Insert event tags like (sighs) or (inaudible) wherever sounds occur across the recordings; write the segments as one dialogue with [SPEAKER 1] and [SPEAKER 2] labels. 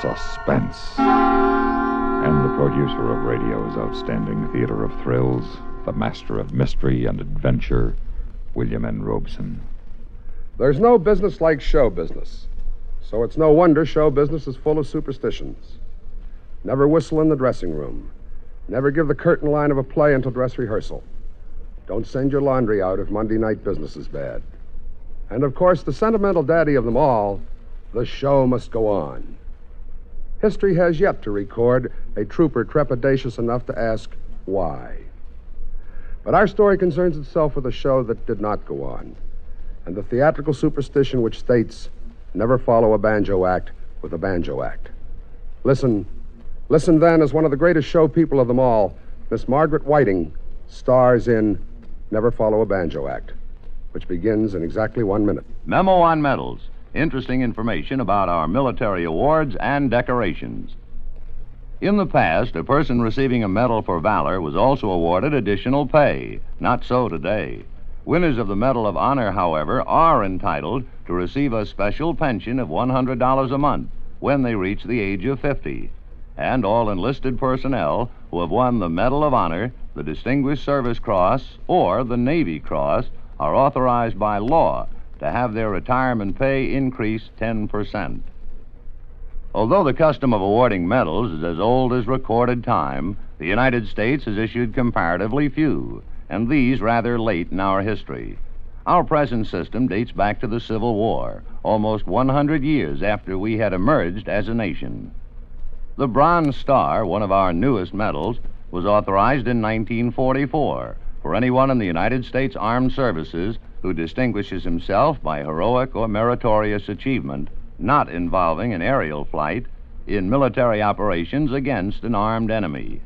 [SPEAKER 1] suspense. And the producer of radio's outstanding theater of thrills, the master of mystery and adventure, William N. Robeson.
[SPEAKER 2] There's no business like show business. So it's no wonder show business is full of superstitions. Never whistle in the dressing room. Never give the curtain line of a play until dress rehearsal. Don't send your laundry out if Monday night business is bad. And of course, the sentimental daddy of them all, the show must go on. History has yet to record a trooper trepidatious enough to ask why. But our story concerns itself with a show that did not go on, and the theatrical superstition which states never follow a banjo act with a banjo act. Listen, listen then as one of the greatest show people of them all, Miss Margaret Whiting, stars in Never Follow a Banjo Act, which begins in exactly one minute.
[SPEAKER 3] Memo on medals. Interesting information about our military awards and decorations. In the past, a person receiving a medal for valor was also awarded additional pay. Not so today. Winners of the Medal of Honor, however, are entitled to receive a special pension of $100 a month when they reach the age of 50. And all enlisted personnel who have won the Medal of Honor, the Distinguished Service Cross, or the Navy Cross are authorized by law to have their retirement pay increase 10%. Although the custom of awarding medals is as old as recorded time, the United States has issued comparatively few, and these rather late in our history. Our present system dates back to the Civil War, almost 100 years after we had emerged as a nation. The Bronze Star, one of our newest medals, was authorized in 1944 for anyone in the United States Armed Services who distinguishes himself by heroic or meritorious achievement not involving an aerial flight in military operations against an armed enemy.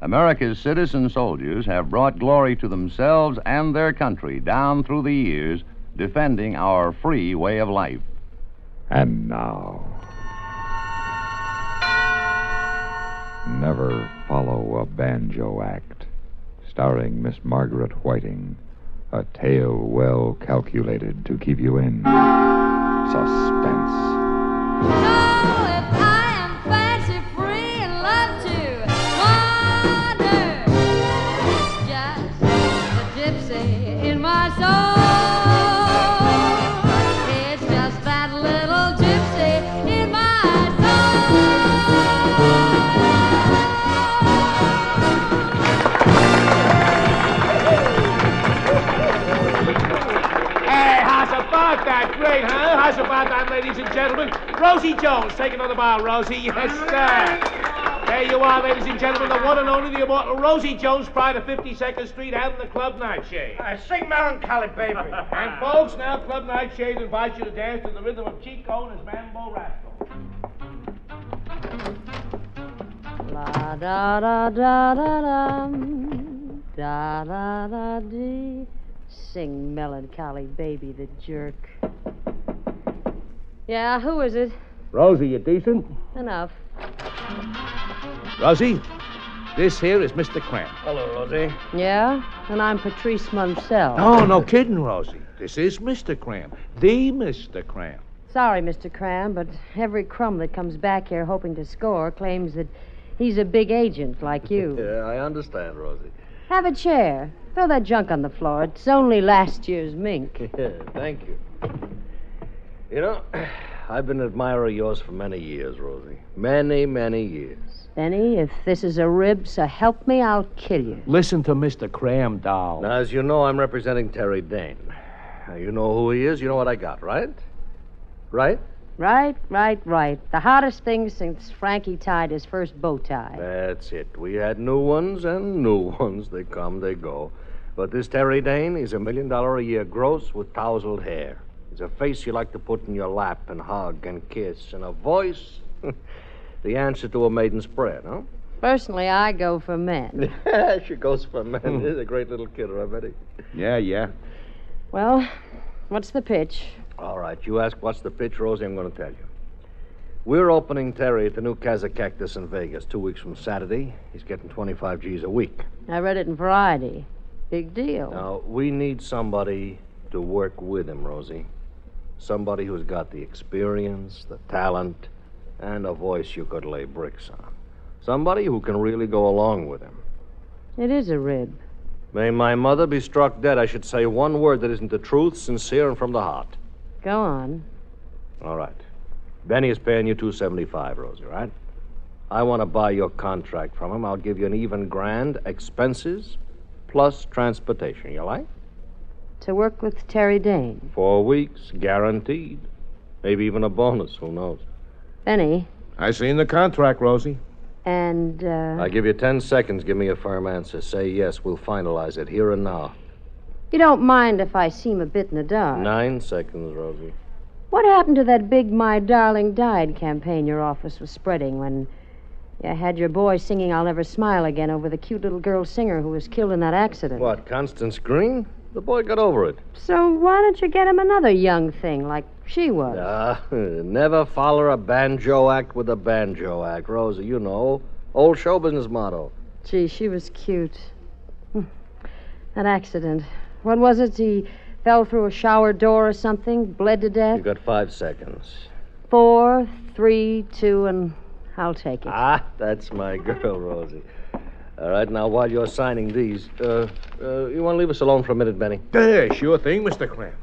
[SPEAKER 3] America's citizen soldiers have brought glory to themselves and their country down through the years, defending our free way of life.
[SPEAKER 1] And now. Never Follow a Banjo Act, starring Miss Margaret Whiting. A tale well calculated to keep you in suspense.
[SPEAKER 4] Oh, if I am fancy free and love to wander, it's just the gypsy in my soul. It's just that little gypsy in my soul.
[SPEAKER 5] Hey, how's about that? Great, huh? How's about that, ladies and gentlemen? Rosie Jones, take another bow, Rosie. Yes, sir. There you are, ladies and gentlemen, the one and only, the immortal Rosie Jones, pride of 52nd Street, having the Club Nightshade.
[SPEAKER 6] Uh, sing melancholy, baby.
[SPEAKER 5] (laughs) And folks, now Club Nightshade invites you to dance to the rhythm of Chico and his Mambo Rascal.
[SPEAKER 4] La da da da da dum, da da da dee. Sing melancholy baby the jerk. Yeah, who is it?
[SPEAKER 5] Rosie, you decent?
[SPEAKER 4] Enough.
[SPEAKER 5] Rosie, this here is Mr. Cramp.
[SPEAKER 6] Hello, Rosie.
[SPEAKER 4] Yeah? And I'm Patrice Munsell.
[SPEAKER 5] No, no kidding, Rosie. This is Mr. Cramp, the Mr. Cramp.
[SPEAKER 4] Sorry, Mr. Cram, but every crumb that comes back here hoping to score claims that he's a big agent like
[SPEAKER 5] (laughs)
[SPEAKER 4] you.
[SPEAKER 6] Yeah, I understand, Rosie.
[SPEAKER 4] Have a chair. Throw that junk on the floor. It's only last year's mink.
[SPEAKER 6] Thank you. You know, (sighs) I've been an admirer of yours for many years, Rosie. Many, many years.
[SPEAKER 4] Benny, if this is a rib, so help me, I'll kill you.
[SPEAKER 7] Listen to Mr. Cram, doll.
[SPEAKER 6] Now, as you know, I'm representing Terry Dane. Now, you know who he is. You know what I got, right? Right?
[SPEAKER 4] Right, right, right. The hottest thing since Frankie tied his first bow tie.
[SPEAKER 6] That's it. We had new ones and new (laughs) ones. They come, they go. But this Terry Dane, he's a million dollar a year gross with tousled hair. He's a face you like to put in your lap and hug and kiss, and a voice. (laughs) the answer to a maiden's prayer, no?
[SPEAKER 4] Personally, I go for men.
[SPEAKER 6] (laughs) she goes for men. He's a great little kidder, I bet he.
[SPEAKER 5] Yeah, yeah.
[SPEAKER 4] Well, what's the pitch?
[SPEAKER 6] All right, you ask what's the pitch, Rosie, I'm going to tell you. We're opening Terry at the new Casa Cactus in Vegas two weeks from Saturday. He's getting 25 G's a week.
[SPEAKER 4] I read it in Variety. Big deal.
[SPEAKER 6] Now, we need somebody to work with him, Rosie. Somebody who's got the experience, the talent, and a voice you could lay bricks on. Somebody who can really go along with him.
[SPEAKER 8] It is a rib.
[SPEAKER 6] May my mother be struck dead, I should say one word that isn't the truth, sincere, and from the heart.
[SPEAKER 8] Go on.
[SPEAKER 6] All right. Benny is paying you 275, Rosie, right? I want to buy your contract from him. I'll give you an even grand expenses plus transportation. You like?
[SPEAKER 8] To work with Terry Dane.
[SPEAKER 6] Four weeks, guaranteed. Maybe even a bonus, who knows?
[SPEAKER 8] Benny.
[SPEAKER 9] I seen the contract, Rosie.
[SPEAKER 8] And, uh.
[SPEAKER 6] I give you ten seconds. Give me a firm answer. Say yes, we'll finalize it here and now.
[SPEAKER 8] You don't mind if I seem a bit in the dark.
[SPEAKER 6] Nine seconds, Rosie.
[SPEAKER 8] What happened to that big My Darling Died campaign your office was spreading when you had your boy singing I'll Never Smile Again over the cute little girl singer who was killed in that accident?
[SPEAKER 6] What, Constance Green? The boy got over it.
[SPEAKER 8] So why don't you get him another young thing like she was?
[SPEAKER 6] Ah, (laughs) never follow a banjo act with a banjo act, Rosie. You know, old show business motto.
[SPEAKER 8] Gee, she was cute. Hmm. That accident. What was it? He fell through a shower door or something, bled to death?
[SPEAKER 6] You've got five seconds.
[SPEAKER 8] Four, three, two, and I'll take it.
[SPEAKER 6] Ah, that's my girl, Rosie. All right, now while you're signing these, uh, uh, you want to leave us alone for a minute, Benny?
[SPEAKER 9] Yeah, sure thing, Mr. Clem.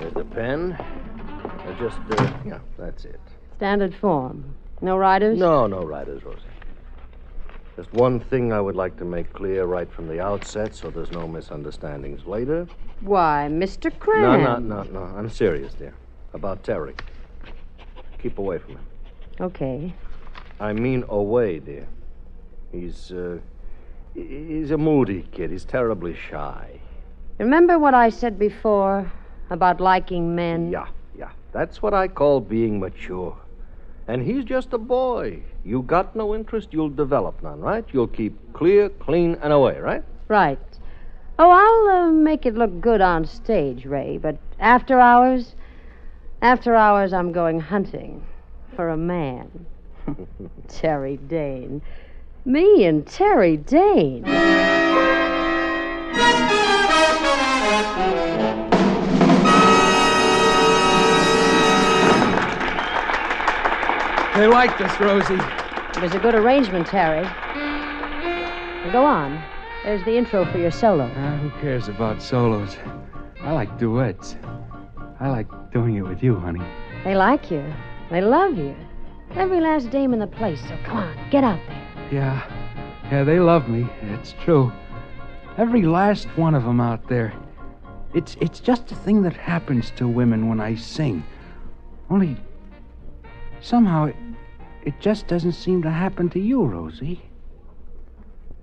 [SPEAKER 6] There's the pen. Uh, just, uh, yeah, that's it. Oh,
[SPEAKER 8] Standard form. No riders?
[SPEAKER 6] No, no riders, Rosie. Just one thing I would like to make clear right from the outset so there's no misunderstandings later.
[SPEAKER 8] Why, Mr.
[SPEAKER 6] No,
[SPEAKER 8] Cram.
[SPEAKER 6] no, no, no. I'm serious, dear. About Terry. Keep away from him.
[SPEAKER 8] Okay.
[SPEAKER 6] I mean away, dear. He's, uh, he- he's a moody kid. He's terribly shy.
[SPEAKER 8] Remember what I said before about liking men?
[SPEAKER 6] Yeah, yeah. That's what I call being mature. And he's just a boy. You got no interest, you'll develop none, right? You'll keep clear, clean, and away, right?
[SPEAKER 8] Right. Oh, I'll uh, make it look good on stage, Ray, but after hours, after hours, I'm going hunting for a man. Terry Dane. Me and Terry Dane.
[SPEAKER 10] They liked us, Rosie.
[SPEAKER 8] It was a good arrangement, Terry. Go on. There's the intro for your solo.
[SPEAKER 10] Uh, who cares about solos? I like duets. I like doing it with you, honey.
[SPEAKER 8] They like you. They love you. Every last dame in the place, so come on, get out there.
[SPEAKER 10] Yeah. Yeah, they love me. It's true. Every last one of them out there. It's it's just a thing that happens to women when I sing. Only somehow it, it just doesn't seem to happen to you, Rosie.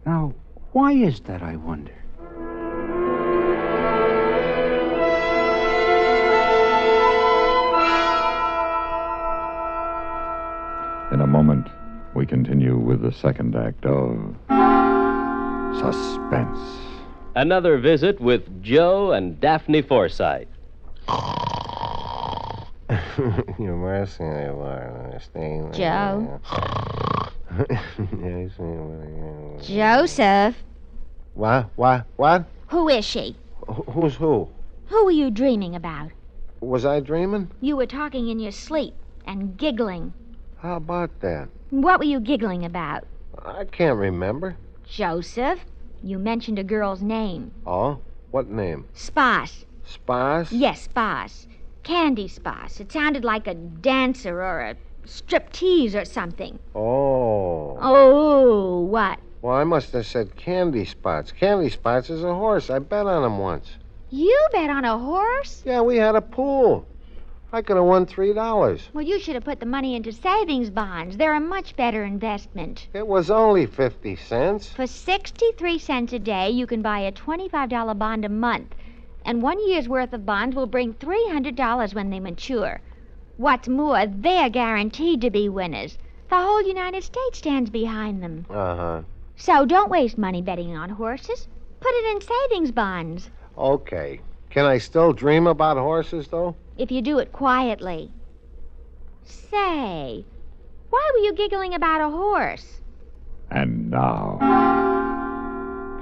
[SPEAKER 10] Now, why is that, I wonder?
[SPEAKER 1] In a moment, we continue with the second act of Suspense.
[SPEAKER 11] Another visit with Joe and Daphne Forsythe.
[SPEAKER 12] (laughs) You're messing you are, understand?
[SPEAKER 13] Joe.
[SPEAKER 12] (laughs) Yes, well, yeah.
[SPEAKER 13] Joseph,
[SPEAKER 12] What? What? What?
[SPEAKER 13] who is she?
[SPEAKER 12] Wh- Who's who?
[SPEAKER 13] Who were you dreaming about?
[SPEAKER 12] Was I dreaming?
[SPEAKER 13] You were talking in your sleep and giggling.
[SPEAKER 12] How about that?
[SPEAKER 13] What were you giggling about?
[SPEAKER 12] I can't remember.
[SPEAKER 13] Joseph, you mentioned a girl's name.
[SPEAKER 12] Oh? What name?
[SPEAKER 13] Spas.
[SPEAKER 12] Spas?
[SPEAKER 13] Yes, Spas. Candy Spas. It sounded like a dancer or a striptease or something.
[SPEAKER 12] Oh.
[SPEAKER 13] Oh, what?
[SPEAKER 12] Well, I must have said candy spots. Candy spots is a horse. I bet on him once.
[SPEAKER 13] You bet on a horse?
[SPEAKER 12] Yeah, we had a pool. I could have won three dollars.
[SPEAKER 13] Well, you should have put the money into savings bonds. They're a much better investment.
[SPEAKER 12] It was only fifty cents.
[SPEAKER 13] For 63 cents a day, you can buy a $25 bond a month. And one year's worth of bonds will bring $300 when they mature. What's more, they're guaranteed to be winners. The whole United States stands behind them.
[SPEAKER 12] Uh huh.
[SPEAKER 13] So don't waste money betting on horses. Put it in savings bonds.
[SPEAKER 12] Okay. Can I still dream about horses, though?
[SPEAKER 13] If you do it quietly. Say, why were you giggling about a horse?
[SPEAKER 1] And now,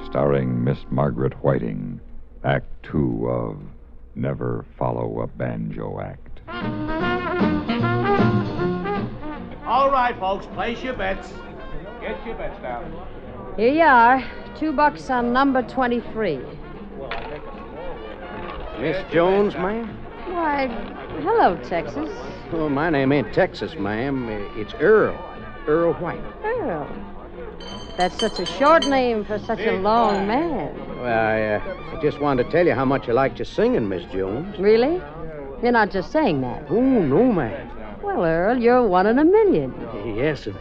[SPEAKER 1] starring Miss Margaret Whiting, Act Two of Never Follow a Banjo Act.
[SPEAKER 5] All right, folks, place your bets. Get your bets down.
[SPEAKER 8] Here you are. Two bucks on number 23.
[SPEAKER 14] Miss Jones, ma'am?
[SPEAKER 8] Why, hello, Texas.
[SPEAKER 14] Oh, my name ain't Texas, ma'am. It's Earl. Earl White.
[SPEAKER 8] Earl. Oh. That's such a short name for such a long man.
[SPEAKER 14] Well, I, uh, I just wanted to tell you how much I liked your singing, Miss Jones.
[SPEAKER 8] Really? You're not just saying that.
[SPEAKER 14] Oh, no, ma'am.
[SPEAKER 8] Well, Earl, you're one in a million.
[SPEAKER 14] Yes, sir.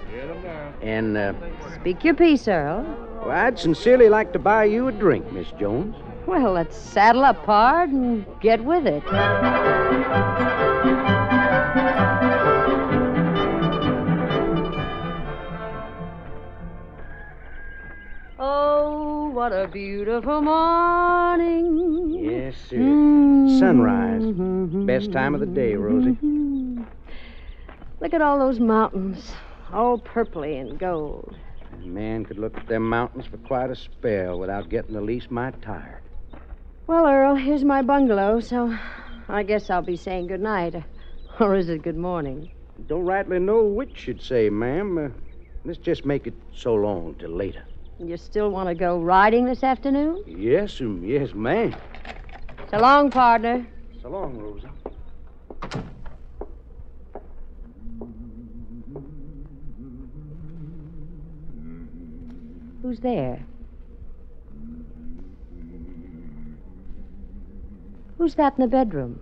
[SPEAKER 14] And, uh,
[SPEAKER 8] Speak your piece, Earl.
[SPEAKER 14] well, I'd sincerely like to buy you a drink, Miss Jones.
[SPEAKER 8] Well, let's saddle up, Pard, and get with it. Oh, what a beautiful morning.
[SPEAKER 14] Yes, sir. Sunrise. Best time of the day, Rosie.
[SPEAKER 8] Look at all those mountains, all purpley and gold.
[SPEAKER 14] A man could look at them mountains for quite a spell without getting the least mite tired.
[SPEAKER 8] Well, Earl, here's my bungalow, so I guess I'll be saying good night. Or is it good morning?
[SPEAKER 14] Don't rightly know which should say, ma'am. Uh, let's just make it so long till later.
[SPEAKER 8] You still want to go riding this afternoon?
[SPEAKER 14] Yes, um, yes, ma'am.
[SPEAKER 8] So long, partner.
[SPEAKER 14] So long, Rosa.
[SPEAKER 8] Who's there? Who's that in the bedroom?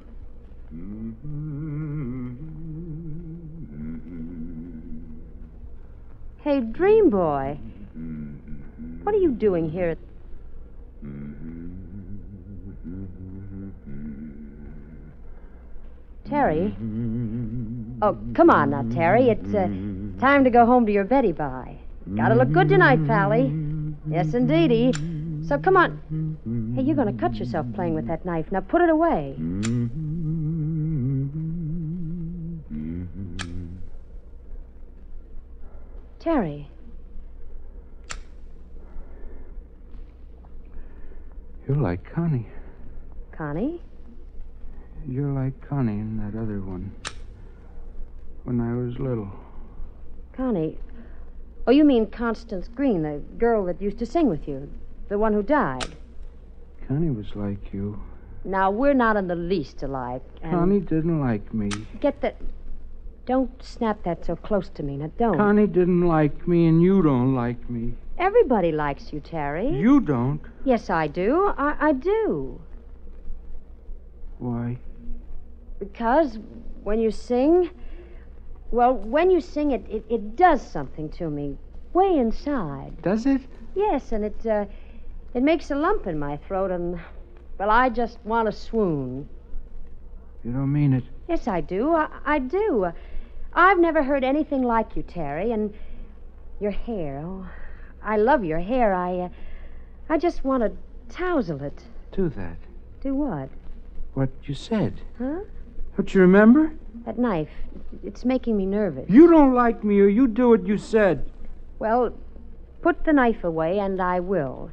[SPEAKER 8] Hey, dream boy. What are you doing here at Terry? Oh, come on now, Terry. It's uh, time to go home to your Betty Bye. Gotta look good tonight, Pally. Yes, indeedy. So come on. Hey, you're gonna cut yourself playing with that knife. Now put it away. Terry.
[SPEAKER 10] You're like Connie.
[SPEAKER 8] Connie?
[SPEAKER 10] You're like Connie in that other one. When I was little.
[SPEAKER 8] Connie. Oh, you mean Constance Green, the girl that used to sing with you, the one who died.
[SPEAKER 10] Connie was like you.
[SPEAKER 8] Now, we're not in the least alike. and-
[SPEAKER 10] Connie didn't like me.
[SPEAKER 8] Get that. Don't snap that so close to me. Now, don't.
[SPEAKER 10] Connie didn't like me, and you don't like me.
[SPEAKER 8] Everybody likes you, Terry.
[SPEAKER 10] You don't.
[SPEAKER 8] Yes, I do. I, I do.
[SPEAKER 10] Why?
[SPEAKER 8] Because when you sing, well, when you sing, it, it, it does something to me, way inside.
[SPEAKER 10] Does it?
[SPEAKER 8] Yes, and it uh, it makes a lump in my throat, and well, I just want to swoon.
[SPEAKER 10] You don't mean it.
[SPEAKER 8] Yes, I do. I, I do. I've never heard anything like you, Terry, and your hair. Oh, I love your hair. I uh, I just want to tousle it.
[SPEAKER 10] Do that.
[SPEAKER 8] Do what?
[SPEAKER 10] What you said.
[SPEAKER 8] Huh?
[SPEAKER 10] Don't you remember?
[SPEAKER 8] That knife. It's making me nervous.
[SPEAKER 10] You don't like me, or you do what you said.
[SPEAKER 8] Well, put the knife away, and I will.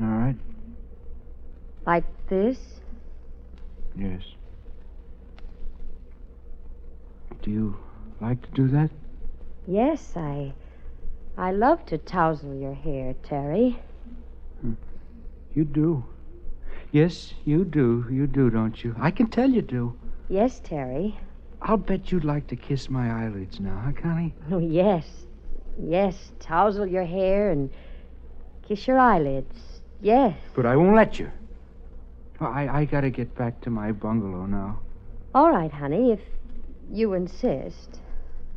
[SPEAKER 10] All right.
[SPEAKER 8] Like this?
[SPEAKER 10] Yes. Do you like to do that?
[SPEAKER 8] Yes, I. I love to tousle your hair, Terry.
[SPEAKER 10] You do. Yes, you do. You do, don't you? I can tell you do.
[SPEAKER 8] Yes, Terry. (laughs)
[SPEAKER 10] I'll bet you'd like to kiss my eyelids now, huh, Connie?
[SPEAKER 8] Oh, yes. Yes, tousle your hair and kiss your eyelids. Yes.
[SPEAKER 10] But I won't let you. I, I gotta get back to my bungalow now.
[SPEAKER 8] All right, honey, if you insist.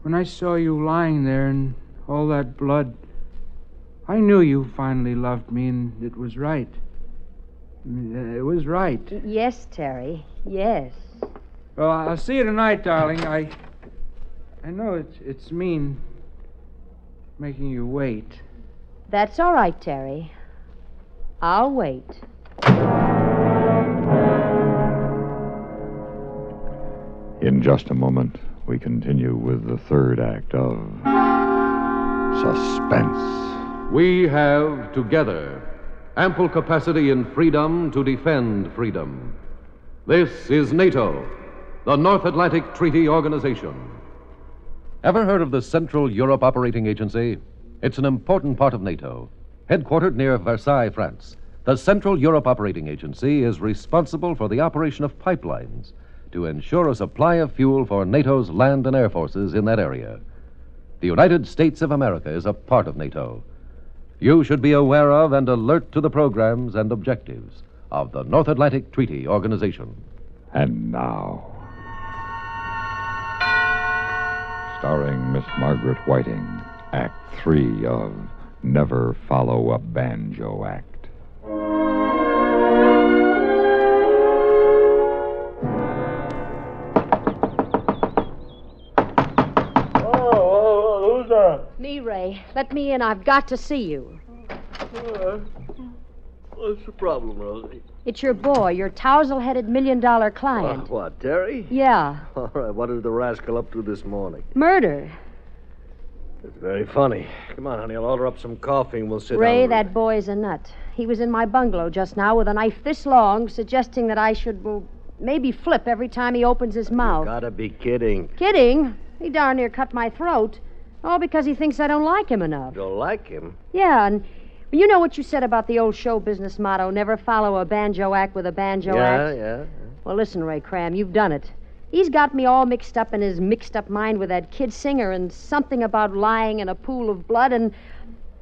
[SPEAKER 10] When I saw you lying there and all that blood, I knew you finally loved me, and it was right. It was right.
[SPEAKER 8] Y- Yes, Terry. Yes.
[SPEAKER 10] Well, I'll see you tonight, darling. I, I know it's it's mean, making you wait.
[SPEAKER 8] That's all right, Terry. I'll wait.
[SPEAKER 1] In just a moment, we continue with the third act of Suspense.
[SPEAKER 15] We have together ample capacity in freedom to defend freedom. This is NATO, the North Atlantic Treaty Organization. Ever heard of the Central Europe Operating Agency? It's an important part of NATO, headquartered near Versailles, France. The Central Europe Operating Agency is responsible for the operation of pipelines to ensure a supply of fuel for NATO's land and air forces in that area. The United States of America is a part of NATO. You should be aware of and alert to the programs and objectives of the North Atlantic Treaty Organization.
[SPEAKER 1] And now. Starring Miss Margaret Whiting, Act Three of Never Follow a Banjo Act.
[SPEAKER 16] Oh, who's that?
[SPEAKER 8] Me, Ray. Let me in. I've got to see you.
[SPEAKER 16] What's the problem, Rosie?
[SPEAKER 8] It's your boy, your tousle headed million dollar
[SPEAKER 6] Uh,
[SPEAKER 8] client.
[SPEAKER 6] what, Terry?
[SPEAKER 8] Yeah.
[SPEAKER 6] (laughs) All right, what did the rascal up to this morning?
[SPEAKER 8] Murder.
[SPEAKER 6] It's very funny. Come on, honey, I'll order up some coffee and we'll sit
[SPEAKER 8] Ray,
[SPEAKER 6] down.
[SPEAKER 8] that boy's a nut. He was in my bungalow just now with a knife this long, suggesting that I should, well, maybe flip every time he opens
[SPEAKER 6] Oh,
[SPEAKER 8] his mouth.
[SPEAKER 6] Gotta be kidding.
[SPEAKER 8] Kidding? He darn near cut my throat. All because he thinks I don't like him enough.
[SPEAKER 6] Don't like him.
[SPEAKER 8] Yeah, and you know what you said about the old show business motto never follow a banjo act with a banjo
[SPEAKER 6] yeah,
[SPEAKER 8] act?
[SPEAKER 6] yeah.
[SPEAKER 8] Well, listen, Ray Cram, you've done it. He's got me all mixed up in his mixed up mind with that kid singer and something about lying in a pool of blood, and,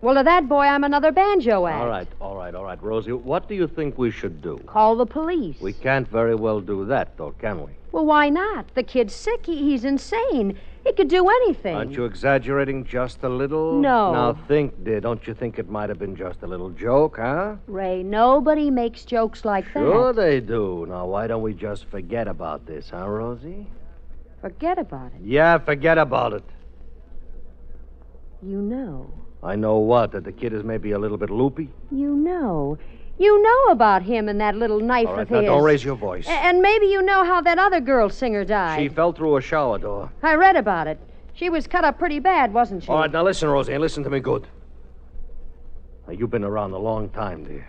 [SPEAKER 8] well, to that boy, I'm another banjo act.
[SPEAKER 6] All right, all right, all right. Rosie, what do you think we should do?
[SPEAKER 8] Call the police.
[SPEAKER 6] We can't very well do that, though, can we?
[SPEAKER 8] Well, why not? The kid's sick. He, he's insane. He could do anything.
[SPEAKER 6] Aren't you exaggerating just a little?
[SPEAKER 8] No.
[SPEAKER 6] Now think, dear. Don't you think it might have been just a little joke, huh?
[SPEAKER 8] Ray, nobody makes jokes like
[SPEAKER 6] Sure
[SPEAKER 8] that.
[SPEAKER 6] they do. Now why don't we just forget about this, huh, Rosie?
[SPEAKER 8] Forget about it.
[SPEAKER 6] Yeah, forget about it.
[SPEAKER 8] You know.
[SPEAKER 6] I know what that the kid is maybe a little bit loopy.
[SPEAKER 8] You know. You know about him and that little knife
[SPEAKER 6] All
[SPEAKER 8] of
[SPEAKER 6] right, now
[SPEAKER 8] his.
[SPEAKER 6] don't raise your voice.
[SPEAKER 8] A- and maybe you know how that other girl singer died.
[SPEAKER 6] She fell through a shower door.
[SPEAKER 8] I read about it. She was cut up pretty bad, wasn't she?
[SPEAKER 6] All right, now listen, Rosie, and listen to me good. Now, you've been around a long time, dear.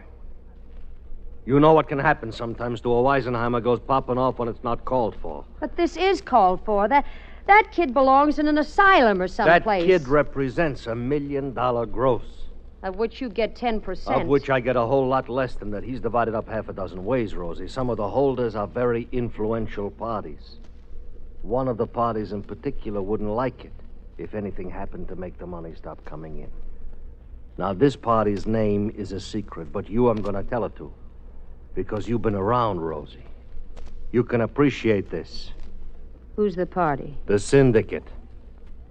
[SPEAKER 6] You know what can happen sometimes to a Weisenheimer goes popping off when it's not called for.
[SPEAKER 8] But this is called for. That that kid belongs in an asylum or
[SPEAKER 6] that
[SPEAKER 8] someplace.
[SPEAKER 6] kid represents a million dollar gross,
[SPEAKER 8] Of which you get 10%.
[SPEAKER 6] of which I get a whole lot less than that. He's divided up half a dozen ways, Rosie. Some of the holders are very influential parties. One of the parties in particular wouldn't like it if anything happened to make the money stop coming in. Now, this party's name is a secret, but you I'm going to tell it to. Because you've been around, Rosie. You can appreciate this.
[SPEAKER 8] Who's the party?
[SPEAKER 6] The syndicate.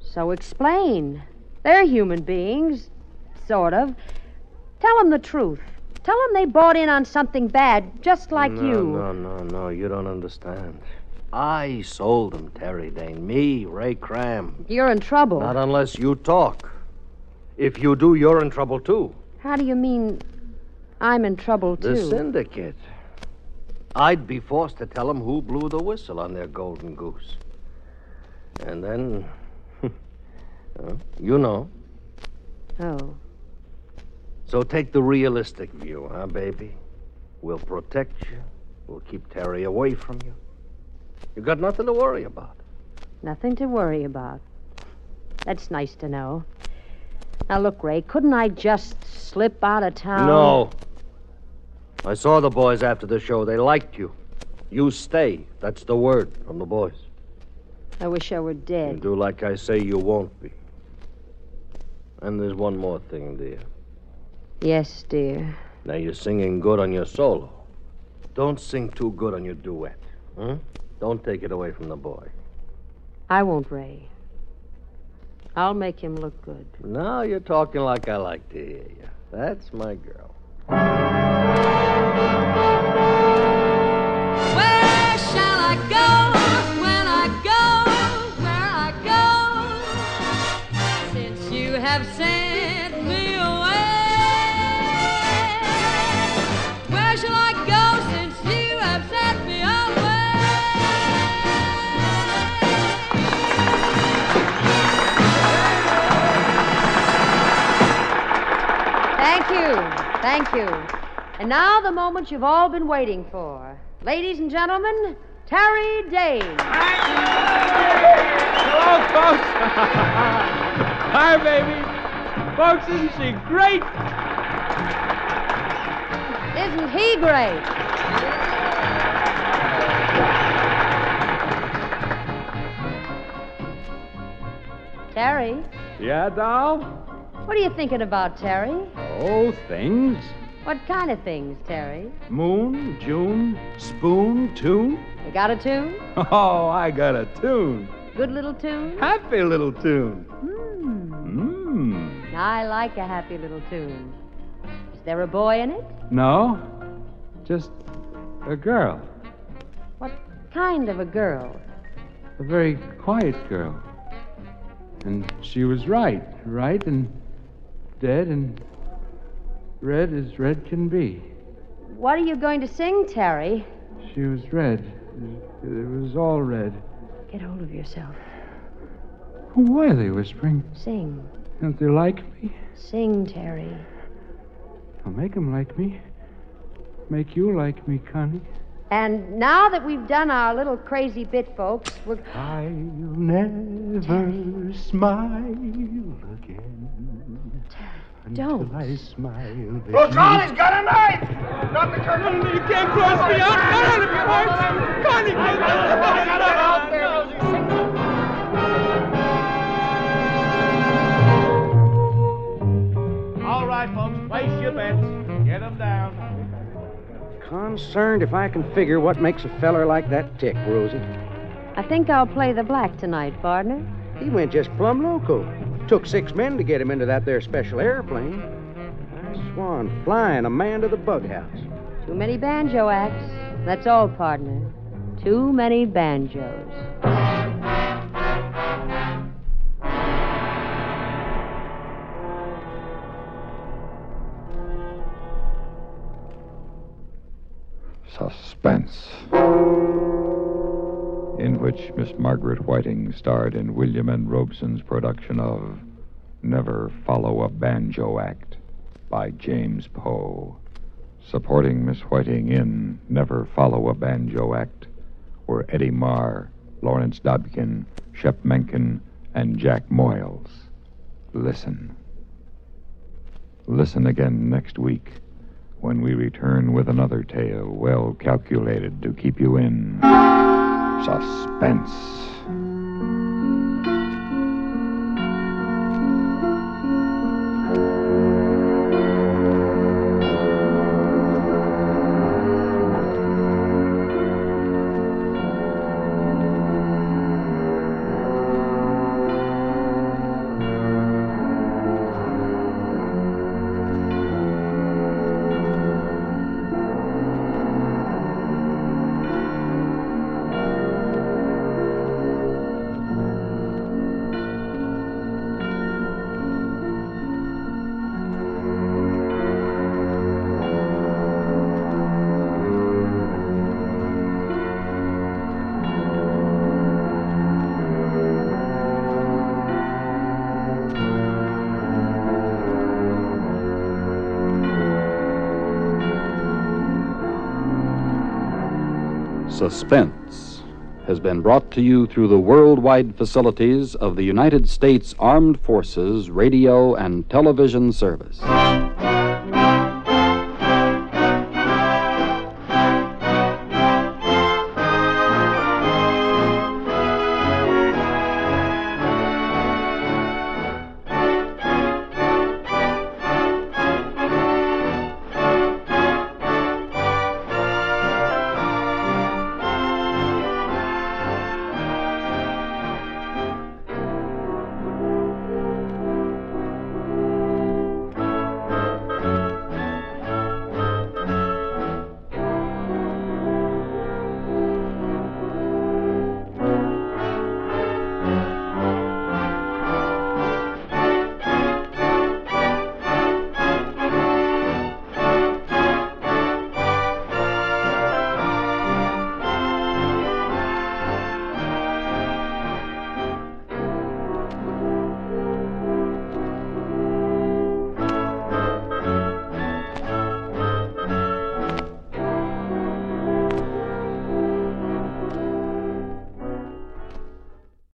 [SPEAKER 8] So explain. They're human beings. Sort of. Tell them the truth. Tell them they bought in on something bad, just like
[SPEAKER 6] no,
[SPEAKER 8] you.
[SPEAKER 6] No, no, no. You don't understand. I sold them, Terry Dane. Me, Ray Cram.
[SPEAKER 8] You're in trouble.
[SPEAKER 6] Not unless you talk. If you do, you're in trouble, too.
[SPEAKER 8] How do you mean I'm in trouble, too?
[SPEAKER 6] The syndicate. I'd be forced to tell them who blew the whistle on their golden goose. And then. (laughs) well, you know.
[SPEAKER 8] Oh.
[SPEAKER 6] So take the realistic view, huh, baby? We'll protect you. We'll keep Terry away from you. You got nothing to worry about.
[SPEAKER 8] Nothing to worry about. That's nice to know. Now, look, Ray, couldn't I just slip out of town?
[SPEAKER 6] No. I saw the boys after the show. They liked you. You stay. That's the word from the boys.
[SPEAKER 8] I wish I were
[SPEAKER 6] You
[SPEAKER 8] dead.
[SPEAKER 6] do like I say, you won't be. And there's one more thing, dear.
[SPEAKER 8] Yes, dear.
[SPEAKER 6] Now you're singing good on your solo. Don't sing too good on your duet. Hmm? Don't take it away from the boy.
[SPEAKER 8] I won't, Ray. I'll make him look good.
[SPEAKER 6] Now you're talking like I like to hear you. That's my girl.
[SPEAKER 4] Where shall I go when I go where I go? Since you have sent me away, where shall I go since you have sent me away?
[SPEAKER 8] Thank you. Thank you. And now the moment you've all been waiting for. Ladies and gentlemen, Terry Dane.
[SPEAKER 4] Hello, folks. (laughs) Hi, baby. Folks, isn't she great?
[SPEAKER 8] Isn't he great? Terry,
[SPEAKER 17] Yeah, doll?
[SPEAKER 8] what are you thinking about, Terry?
[SPEAKER 17] Oh, things.
[SPEAKER 8] What kind of things, Terry?
[SPEAKER 17] Moon, June, spoon, tune.
[SPEAKER 8] You got a tune?
[SPEAKER 10] (laughs)
[SPEAKER 17] Oh, I got a tune.
[SPEAKER 8] Good little tune?
[SPEAKER 17] Happy little tune.
[SPEAKER 10] Hmm.
[SPEAKER 8] I like a happy little tune. Is there a boy in it?
[SPEAKER 10] No, just a girl.
[SPEAKER 8] What kind of a girl?
[SPEAKER 10] A very quiet girl. And she was right, right and dead and red as red can be.
[SPEAKER 8] What are you going to sing, Terry?
[SPEAKER 10] She was red. It was all red.
[SPEAKER 8] Get hold of yourself.
[SPEAKER 10] Why are they whispering?
[SPEAKER 8] Sing.
[SPEAKER 10] Don't they like me?
[SPEAKER 8] Sing, Terry.
[SPEAKER 10] I'll make 'em like me. Make you like me, Connie.
[SPEAKER 8] And now that we've done our little crazy bit, folks, we're.
[SPEAKER 10] I'll never smile again.
[SPEAKER 8] Don't.
[SPEAKER 10] I smile.
[SPEAKER 4] Rosani's
[SPEAKER 10] got
[SPEAKER 4] a knife! Not the curtain! You can't cross me out! Get out of here, folks! Connie, get out
[SPEAKER 5] All right, folks, place your bets. Get 'em down.
[SPEAKER 14] Concerned if I can figure what makes a feller like that tick, Rosie.
[SPEAKER 8] I think I'll play the black tonight, partner.
[SPEAKER 14] He went just plumb loco. Took six men to get him into that there special airplane. I swan flying a man to the bug house.
[SPEAKER 8] Too many banjo acts. That's all, partner. Too many banjos.
[SPEAKER 1] Suspense. In which Miss Margaret Whiting starred in William N. Robeson's production of Never Follow a Banjo Act by James Poe. Supporting Miss Whiting in Never Follow a Banjo Act were Eddie Marr, Lawrence Dobkin, Shep Menken, and Jack Moyles. Listen. Listen again next week when we return with another tale well calculated to keep you in suspense.
[SPEAKER 6] Suspense has been brought to you through the worldwide facilities of the United States Armed Forces Radio and Television Service.